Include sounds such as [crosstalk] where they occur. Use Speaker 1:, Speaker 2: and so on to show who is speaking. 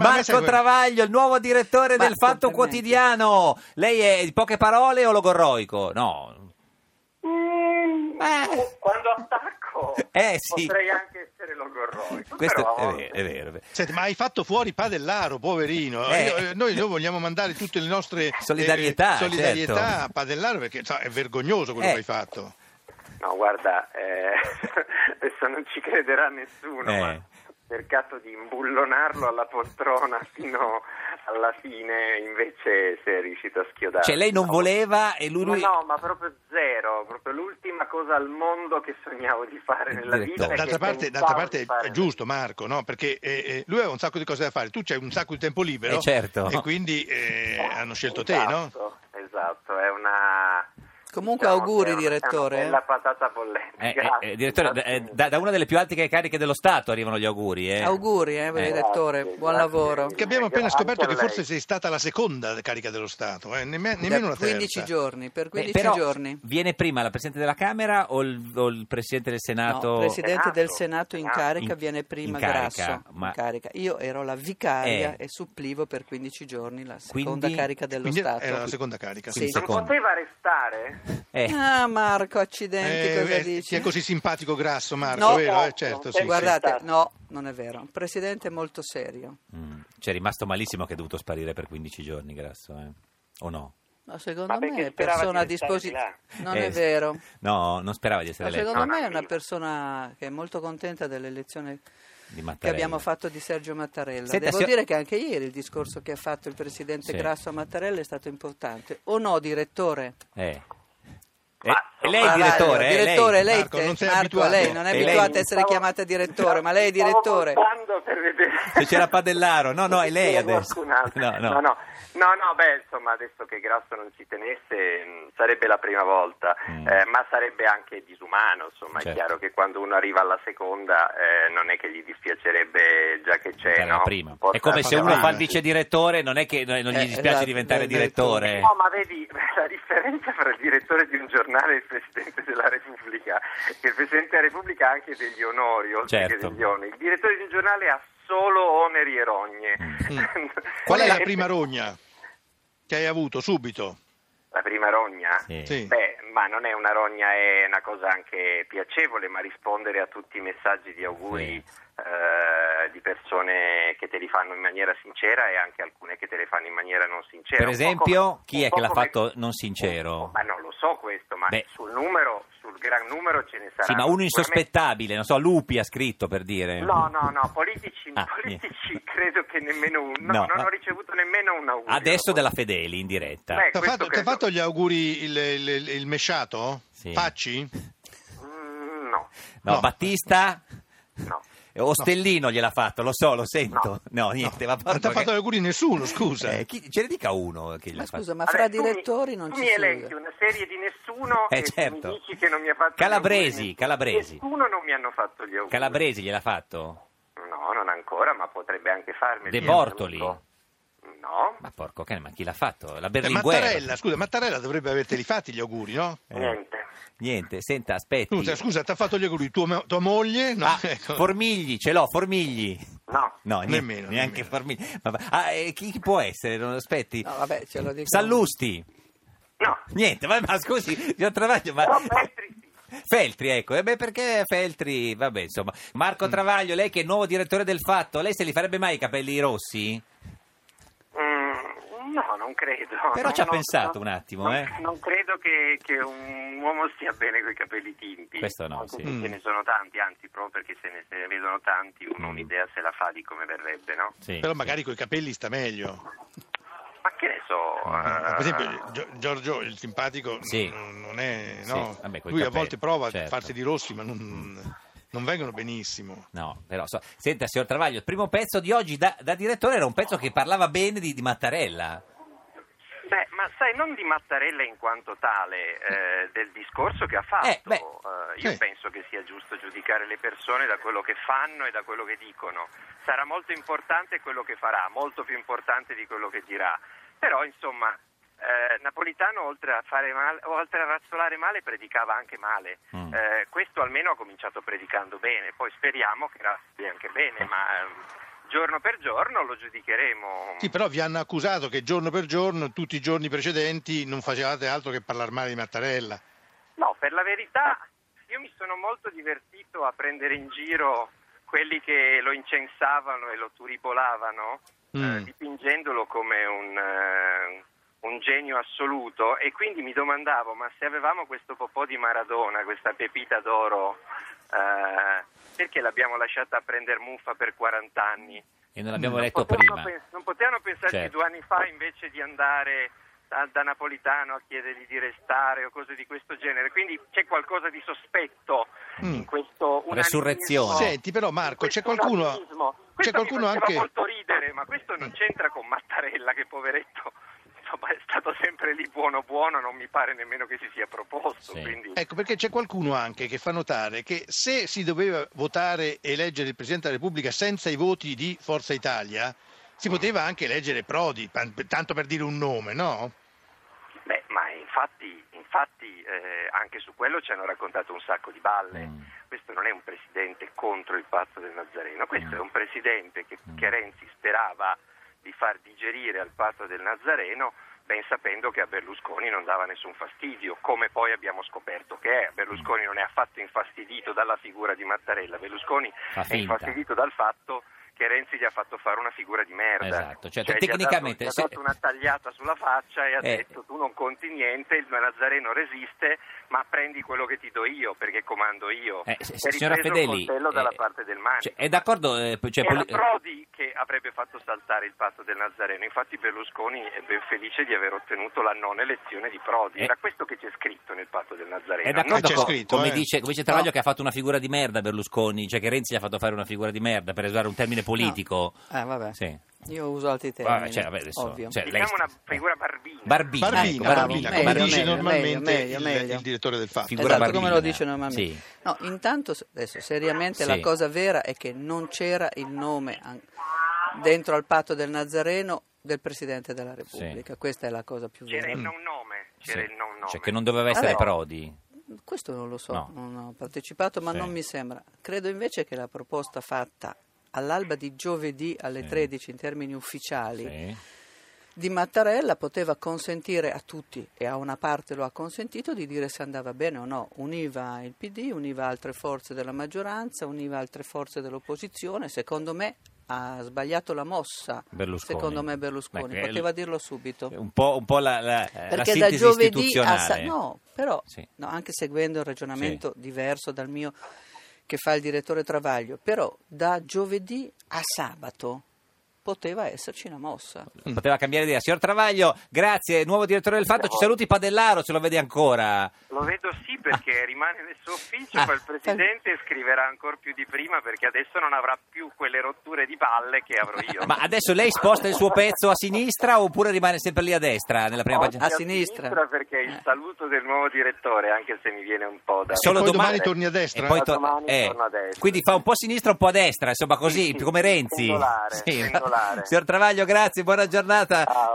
Speaker 1: Ma a me
Speaker 2: Marco
Speaker 1: segue-
Speaker 2: Travaglio, il nuovo direttore del
Speaker 3: Marco,
Speaker 2: Fatto
Speaker 3: veramente.
Speaker 2: Quotidiano. Lei è in poche parole o logorroico? No.
Speaker 3: Mm,
Speaker 2: Eh.
Speaker 3: Quando attacco
Speaker 2: Eh, sì.
Speaker 3: potrei anche essere logorroico.
Speaker 2: Questo
Speaker 3: però a
Speaker 2: è,
Speaker 3: volte-
Speaker 2: vero, è vero, è vero.
Speaker 1: Senti, ma hai fatto fuori Padellaro, poverino.
Speaker 2: Eh.
Speaker 1: Io- eh, noi, noi vogliamo mandare tutte le nostre eh,
Speaker 2: Solidarietà,
Speaker 1: solidarietà
Speaker 2: certo.
Speaker 1: a Padellaro perché insomma, è vergognoso quello
Speaker 2: Eh.
Speaker 1: che hai fatto.
Speaker 3: No, guarda, eh, [laughs] adesso non ci crederà nessuno,
Speaker 2: Eh.
Speaker 3: ma ho cercato di imbullonarlo alla poltrona fino alla fine, invece sei riuscito a schiodare.
Speaker 2: Cioè, lei non voleva e lui...
Speaker 3: No,
Speaker 2: lui-
Speaker 3: no, ma proprio zero, proprio l'ultima cosa al mondo che sognavo di fare nella vita.
Speaker 2: Direttore.
Speaker 3: e
Speaker 1: D'altra
Speaker 3: che
Speaker 1: parte,
Speaker 3: pensavo
Speaker 1: d'altra parte
Speaker 3: di fare
Speaker 1: è giusto Marco, no? perché eh, eh, lui aveva un sacco di cose da fare, tu c'hai un sacco di tempo libero
Speaker 2: Eh, certo.
Speaker 1: e quindi eh, hanno scelto te, no?
Speaker 3: Esatto, Esatto, è una...
Speaker 4: Comunque
Speaker 3: diciamo
Speaker 4: auguri,
Speaker 3: che è una-
Speaker 4: direttore,
Speaker 3: È
Speaker 4: eh.
Speaker 3: una bella patata bollente.
Speaker 2: Eh, eh,
Speaker 3: grazie,
Speaker 2: eh, direttore,
Speaker 3: grazie
Speaker 2: eh,
Speaker 3: mille.
Speaker 2: da, da una delle più alte cariche dello Stato arrivano gli auguri. eh.
Speaker 4: Auguri, eh, per
Speaker 2: Eh.
Speaker 4: il direttore.
Speaker 3: Grazie,
Speaker 4: Buon
Speaker 3: grazie.
Speaker 4: lavoro.
Speaker 1: Che abbiamo appena
Speaker 3: Anche
Speaker 1: scoperto
Speaker 3: a
Speaker 1: che
Speaker 3: lei.
Speaker 1: forse sei stata la seconda carica dello Stato, eh, nemm- nemmeno la
Speaker 4: Da 15
Speaker 1: terza.
Speaker 4: giorni, per 15
Speaker 2: Beh, Eh, però
Speaker 4: giorni.
Speaker 2: Viene prima la Presidente della Camera o il, o il Presidente del Senato? ah,
Speaker 4: No, presidente del Senato
Speaker 3: Senato.
Speaker 4: in carica
Speaker 2: In-
Speaker 4: viene prima
Speaker 2: in carica,
Speaker 4: Grasso.
Speaker 2: ma-
Speaker 4: in carica. Io ero la vicaria
Speaker 2: Eh.
Speaker 4: e supplivo per 15 giorni la seconda
Speaker 2: Quindi-
Speaker 4: carica dello
Speaker 1: Quindi
Speaker 4: Stato.
Speaker 1: era la seconda carica.
Speaker 4: Sì.
Speaker 3: Non
Speaker 2: Secondo.
Speaker 3: poteva restare?
Speaker 2: Eh,
Speaker 4: Ah, Marco, accidenti,
Speaker 1: Eh,
Speaker 4: cosa
Speaker 1: eh,
Speaker 4: dici?
Speaker 1: ti è così simpatico grasso Marco,
Speaker 4: No.
Speaker 1: vero?
Speaker 3: Esatto.
Speaker 1: Eh, certo, sì, sì.
Speaker 4: Guardate, no, non è vero. Un presidente molto serio.
Speaker 2: mm, c'è rimasto malissimo che è dovuto sparire per 15 giorni, Grasso. eh. O no?
Speaker 4: Ma secondo
Speaker 3: Ma perché
Speaker 4: me è
Speaker 3: sperava
Speaker 4: persona a
Speaker 3: di restare
Speaker 4: disposizione.
Speaker 3: di
Speaker 4: Non
Speaker 2: Eh,
Speaker 4: è vero.
Speaker 2: No, non sperava di
Speaker 4: Ma
Speaker 2: essere eletto
Speaker 4: secondo me è
Speaker 3: arriva.
Speaker 4: una persona che è molto contenta dell'elezione
Speaker 2: di
Speaker 4: che
Speaker 2: Mattarella.
Speaker 4: abbiamo fatto di Sergio Mattarella.
Speaker 2: Senta,
Speaker 4: Devo
Speaker 2: signor-
Speaker 4: dire che anche ieri il discorso che ha fatto il presidente
Speaker 2: Sì.
Speaker 4: Grasso a Mattarella è stato importante. O no, direttore?
Speaker 2: Eh.
Speaker 3: Ma-
Speaker 2: Eh, lei
Speaker 4: Travaglio,
Speaker 2: direttore, eh,
Speaker 4: direttore,
Speaker 2: lei.
Speaker 4: lei,
Speaker 1: Marco,
Speaker 4: te-
Speaker 1: non sei
Speaker 4: Marco,
Speaker 1: abituato.
Speaker 4: lei non è
Speaker 2: E lei-
Speaker 4: abituata a essere
Speaker 3: Stavo-
Speaker 4: chiamata direttore, ma lei è direttore.
Speaker 3: Stavo contando per vedere.
Speaker 2: Se c'era Padellaro, no, no, è lei
Speaker 3: C'era
Speaker 2: adesso.
Speaker 3: qualcun altro.
Speaker 2: No, no.
Speaker 3: No, no. No, no, beh, insomma, adesso che Grasso non ci tenesse mh, sarebbe la prima volta,
Speaker 2: Mm.
Speaker 3: eh, ma sarebbe anche disumano, insomma, è
Speaker 2: Certo.
Speaker 3: chiaro che quando uno arriva alla seconda eh, non è che gli dispiacerebbe già che
Speaker 2: Era
Speaker 3: c'è,
Speaker 2: la
Speaker 3: no?
Speaker 2: prima.
Speaker 3: Porta-
Speaker 2: È come se uno
Speaker 1: prima,
Speaker 2: fa il
Speaker 1: sì.
Speaker 2: vice direttore, non è che non non gli
Speaker 4: Eh,
Speaker 2: dispiace
Speaker 4: esatto,
Speaker 2: diventare
Speaker 4: del- del-
Speaker 2: direttore.
Speaker 3: No, ma vedi, [laughs] la differenza tra il direttore di un giornale e il Presidente della Repubblica, che il Presidente della Repubblica ha anche degli onori, oltre
Speaker 2: Certo.
Speaker 3: che degli oneri. Il direttore di un giornale ha solo oneri e rogne. [laughs]
Speaker 1: Mm. Qual è la
Speaker 3: eh,
Speaker 1: prima rogna che hai avuto subito?
Speaker 3: La prima rogna?
Speaker 2: Sì.
Speaker 1: Sì.
Speaker 3: Beh, ma non è una rogna, è una cosa anche piacevole, ma rispondere a tutti i messaggi di auguri eh, di persone che te li fanno in maniera sincera e anche alcune che te le fanno in maniera non sincera.
Speaker 2: Per
Speaker 3: Un po'
Speaker 2: esempio,
Speaker 3: come-
Speaker 2: chi è
Speaker 3: un po'
Speaker 2: che l'ha
Speaker 3: come-
Speaker 2: fatto non sincero?
Speaker 3: Ma non lo so questo, ma
Speaker 2: Beh.
Speaker 3: sul numero, sul gran numero ce ne sarà.
Speaker 2: Sì, ma uno insospettabile, non so, Lupi ha scritto per dire.
Speaker 3: No, no, no, politici,
Speaker 2: Ah,
Speaker 3: politici
Speaker 2: niente.
Speaker 3: credo che nemmeno un... No,
Speaker 2: No,
Speaker 3: non
Speaker 2: ma-
Speaker 3: ho ricevuto nemmeno un augurio.
Speaker 2: Adesso della Fedeli in diretta.
Speaker 1: Ti
Speaker 3: Beh,
Speaker 1: ha
Speaker 3: eh, questo
Speaker 1: fatto, t'ha
Speaker 3: credo.
Speaker 1: fatto gli auguri il, il, il- il mesciato?
Speaker 2: Sì.
Speaker 1: Facci?
Speaker 3: Mm, no,
Speaker 2: No,
Speaker 1: no.
Speaker 2: Battista?
Speaker 3: no.
Speaker 2: Ostellino gliel'ha fatto, lo so, lo sento. No, [laughs] niente, va
Speaker 1: Non ti ha fatto gli auguri nessuno,
Speaker 2: [laughs]
Speaker 1: scusa. Eh,
Speaker 2: ce ne dica uno che gliel'ha
Speaker 4: Ma
Speaker 2: fatto.
Speaker 4: scusa, ma
Speaker 3: Vabbè,
Speaker 4: fra
Speaker 3: tu mi-
Speaker 4: direttori non
Speaker 3: tu
Speaker 4: ci
Speaker 3: mi elenchi
Speaker 4: si
Speaker 3: una serie di nessuno
Speaker 2: Eh,
Speaker 3: e tu
Speaker 2: certo.
Speaker 3: mi dici che non mi ha fatto gli
Speaker 2: Calabresi,
Speaker 3: auguri.
Speaker 2: Calabresi.
Speaker 3: Nessuno non mi hanno fatto gli auguri.
Speaker 2: Calabresi gliel'ha fatto?
Speaker 3: No, non ancora, ma potrebbe anche farmeli.
Speaker 2: De Bortoli?
Speaker 3: No. No,
Speaker 2: Ma porco cane, ma chi l'ha fatto? La
Speaker 1: Eh,
Speaker 2: Berlinguer?
Speaker 1: Mattarella, scusa, Mattarella dovrebbe averteli fatti gli auguri, no?
Speaker 2: Eh,
Speaker 3: niente.
Speaker 2: niente, senta, aspetti.
Speaker 1: Scusa, scusa, ti ha fatto gli auguri tua, mo- tua moglie? No,
Speaker 2: Ah,
Speaker 1: [laughs] ecco.
Speaker 2: Formigli, ce l'ho, Formigli.
Speaker 3: No.
Speaker 2: No, niente,
Speaker 1: Nemmeno,
Speaker 2: neanche
Speaker 1: nemmeno.
Speaker 2: Formigli. Ma va- ah, eh, chi, chi può essere? Non aspetti.
Speaker 4: No, vabbè, ce lo dico.
Speaker 2: Sallusti.
Speaker 3: No.
Speaker 2: Niente, ma, ma scusi, signor Travaglio, ma...
Speaker 3: Però Petri sì.
Speaker 2: Feltri, ecco, e beh, perché Feltri? Vabbè, insomma, Marco
Speaker 1: Mm.
Speaker 2: Travaglio, lei che è il nuovo direttore del Fatto, lei se li farebbe mai i capelli rossi?
Speaker 3: Mm, No, non credo.
Speaker 2: Però
Speaker 3: Non-
Speaker 2: ci ha
Speaker 3: non-
Speaker 2: pensato
Speaker 3: non-
Speaker 2: un attimo,
Speaker 3: non-
Speaker 2: eh.
Speaker 3: Non credo che, che un uomo stia bene con i capelli tinti.
Speaker 2: Questo no,
Speaker 3: Anche
Speaker 2: sì.
Speaker 3: se
Speaker 1: Mm.
Speaker 3: Ce ne sono tanti, anzi, proprio perché se ne, se ne vedono tanti, uno
Speaker 2: Mm.
Speaker 3: un'idea se la fa di come verrebbe, no?
Speaker 2: Sì.
Speaker 1: Però magari coi capelli sta meglio.
Speaker 3: Ma che ne so.
Speaker 1: Per
Speaker 3: eh,
Speaker 1: esempio, Gio- Giorgio il simpatico
Speaker 2: Sì.
Speaker 1: n- non è.
Speaker 2: Sì,
Speaker 1: No.
Speaker 2: vabbè, coi
Speaker 1: Lui a
Speaker 2: capelli,
Speaker 1: volte prova a
Speaker 2: certo. Mm.
Speaker 1: farsi di rossi, ma non, non vengono benissimo.
Speaker 2: No, però, so- senta, signor Travaglio, il primo pezzo di oggi da, da direttore era un pezzo che parlava bene di, di Mattarella.
Speaker 1: eh,
Speaker 3: Beh, ma sai, non di Mattarella in quanto tale, eh, del discorso che ha fatto.
Speaker 2: Eh, beh,
Speaker 3: Eh, io
Speaker 1: sì.
Speaker 3: penso che sia giusto giudicare le persone da quello che fanno e da quello che dicono. Sarà molto importante quello che farà, molto più importante di quello che dirà. Però, insomma, eh, Napolitano, oltre a, fare male, oltre a razzolare male, predicava anche male.
Speaker 2: Mm.
Speaker 3: Eh, questo almeno ha cominciato predicando bene, poi speriamo che razzi anche bene, ma... ehm, giorno per giorno lo giudicheremo.
Speaker 1: Sì, però vi hanno accusato che giorno per giorno, tutti i giorni precedenti, non facevate altro che parlare male di Mattarella.
Speaker 3: No, per la verità io mi sono molto divertito a prendere in giro quelli che lo incensavano e lo turibolavano,
Speaker 1: Mm.
Speaker 3: eh, dipingendolo come un, eh, un genio assoluto e quindi mi domandavo ma se avevamo questo popò di Maradona, questa pepita d'oro, eh, perché l'abbiamo lasciata a prendere muffa per 40 anni?
Speaker 2: E non l'abbiamo letto
Speaker 3: Potevano
Speaker 2: Ecco, prima.
Speaker 3: pens- non potevano pensarci
Speaker 2: Certo.
Speaker 3: due anni fa invece di andare da, da Napolitano a chiedergli di restare o cose di questo genere. Quindi c'è qualcosa di sospetto
Speaker 1: Mm.
Speaker 3: in questo unanimismo.
Speaker 2: Resurrezione.
Speaker 1: Senti, però, Marco,
Speaker 3: in
Speaker 1: c'è
Speaker 3: questo
Speaker 1: qualcuno-
Speaker 3: unanimismo.
Speaker 1: c'è
Speaker 3: Questo mi
Speaker 1: qualcuno
Speaker 3: faceva
Speaker 1: anche- Mm.
Speaker 3: molto ridere, ma questo non c'entra con Mattarella che poveretto insomma, è stato sempre lì buono buono, non mi pare nemmeno che si sia proposto,
Speaker 2: Sì.
Speaker 3: quindi
Speaker 1: Ecco, perché c'è qualcuno anche che fa notare che se si doveva votare e eleggere il Presidente della Repubblica senza i voti di Forza Italia, si poteva anche eleggere Prodi, pan- tanto per dire un nome, no? Ecco.
Speaker 3: Beh, ma infatti, infatti eh, anche su quello ci hanno raccontato un sacco di balle.
Speaker 2: Mm.
Speaker 3: Questo non è un presidente contro il patto del Nazareno,
Speaker 2: Mm.
Speaker 3: questo è un presidente che, che Renzi sperava di far digerire al patto del Nazareno ben sapendo che a Berlusconi non dava nessun fastidio, come poi abbiamo scoperto che è.
Speaker 2: Mm.
Speaker 3: Berlusconi non è affatto infastidito dalla figura di Mattarella, Berlusconi
Speaker 2: Fa
Speaker 3: è
Speaker 2: finta.
Speaker 3: infastidito dal fatto che Renzi gli ha fatto fare una figura di merda.
Speaker 2: Esatto, cioè,
Speaker 3: gli ha dato-
Speaker 2: tecnicamente
Speaker 3: gli ha
Speaker 2: se-
Speaker 3: dato una tagliata sulla faccia e ha
Speaker 2: Eh.
Speaker 3: detto tu non conti niente, il Nazareno resiste, ma prendi quello che ti do io perché comando io.
Speaker 2: Eh,
Speaker 3: Si
Speaker 2: s-
Speaker 3: è
Speaker 2: signora
Speaker 3: ripreso
Speaker 2: Fedeli,
Speaker 3: il coltello dalla
Speaker 2: eh,
Speaker 3: parte del manico.
Speaker 2: cioè, è d'accordo? eh, p- cioè,
Speaker 3: Era
Speaker 2: poli-
Speaker 3: Prodi che avrebbe fatto saltare il patto del Nazareno, infatti Berlusconi è ben felice di aver ottenuto la non elezione di Prodi,
Speaker 2: Eh.
Speaker 3: era questo che c'è scritto nel patto del Nazareno.
Speaker 2: è
Speaker 3: Non
Speaker 2: d'accordo
Speaker 1: c'è
Speaker 2: co-
Speaker 1: scritto,
Speaker 2: come,
Speaker 1: eh.
Speaker 2: dice, come dice Travaglio che ha fatto una figura di merda Berlusconi, cioè che Renzi gli ha fatto fare una figura di merda per usare un termine politico.
Speaker 4: Ah, vabbè.
Speaker 2: Sì.
Speaker 4: Io uso altri termini,
Speaker 2: Vabbè, cioè, vabbè, adesso,
Speaker 4: ovvio.
Speaker 2: cioè, lei-
Speaker 3: Diciamo una figura barbina.
Speaker 2: Barbina, ecco,
Speaker 1: Barbina,
Speaker 2: barbina,
Speaker 1: Barbina, come
Speaker 4: meglio,
Speaker 1: dice
Speaker 4: meglio,
Speaker 1: normalmente
Speaker 4: meglio,
Speaker 1: il-
Speaker 4: meglio.
Speaker 1: il direttore del fatto.
Speaker 2: Figura
Speaker 4: esatto, come lo
Speaker 2: barbina.
Speaker 4: dice normalmente.
Speaker 2: Sì.
Speaker 4: No, intanto, s- adesso, seriamente, la
Speaker 2: Sì.
Speaker 4: cosa vera è che non c'era il nome an- dentro al patto del Nazareno del Presidente della Repubblica. Questa è la cosa più
Speaker 3: C'era
Speaker 4: vera.
Speaker 3: il non nome, c'era
Speaker 2: Sì.
Speaker 3: il non nome.
Speaker 2: Cioè, che non doveva essere
Speaker 4: Vabbè.
Speaker 2: Prodi.
Speaker 4: Mm, Questo non lo so,
Speaker 2: No.
Speaker 4: non ho partecipato, ma
Speaker 2: Sì.
Speaker 4: non mi sembra. Credo invece che la proposta fatta all'alba di giovedì alle 13 in termini ufficiali
Speaker 2: Sì.
Speaker 4: di Mattarella poteva consentire a tutti, e a una parte lo ha consentito, di dire se andava bene o no. Univa il PD, univa altre forze della maggioranza, univa altre forze dell'opposizione. Secondo me ha sbagliato la mossa.
Speaker 2: Berlusconi.
Speaker 4: Secondo me Berlusconi.
Speaker 2: Perché-
Speaker 4: Poteva dirlo subito.
Speaker 2: Un po', un po' la, Eh, la, la
Speaker 4: Certo. Perché da
Speaker 2: sintesi
Speaker 4: giovedì a
Speaker 2: istituzionale.
Speaker 4: sa- no, però
Speaker 2: Sì.
Speaker 4: no, anche seguendo il ragionamento diverso dal mio che fa il direttore Travaglio, però da giovedì a sabato poteva esserci una mossa.
Speaker 2: Mm. Poteva cambiare idea. Signor Travaglio, grazie, nuovo direttore del Fatto. Ci saluti Padellaro, se lo vede ancora.
Speaker 3: Lo vedo sì perché rimane nel suo ufficio,
Speaker 2: Ah.
Speaker 3: poi il Presidente scriverà ancora più di prima perché adesso non avrà più quelle rotture di palle che
Speaker 2: [laughs]
Speaker 3: avrò io.
Speaker 2: Ma adesso lei sposta il suo pezzo a sinistra oppure rimane sempre lì a destra nella prima
Speaker 1: Oh,
Speaker 3: Oggi
Speaker 2: pagina?
Speaker 4: a sinistra.
Speaker 3: perché il saluto del nuovo direttore, anche se mi viene un po' da...
Speaker 1: Solo E poi domani torni a destra?
Speaker 2: e poi eh,
Speaker 3: Ma domani torno a destra.
Speaker 2: Quindi fa un po' a sinistra, un po' a destra, insomma, così,
Speaker 3: Sì, sì,
Speaker 2: come Renzi.
Speaker 3: pendolare,
Speaker 2: Sì, va-
Speaker 3: pendolare.
Speaker 2: Signor Travaglio, grazie, buona giornata.
Speaker 3: Ciao.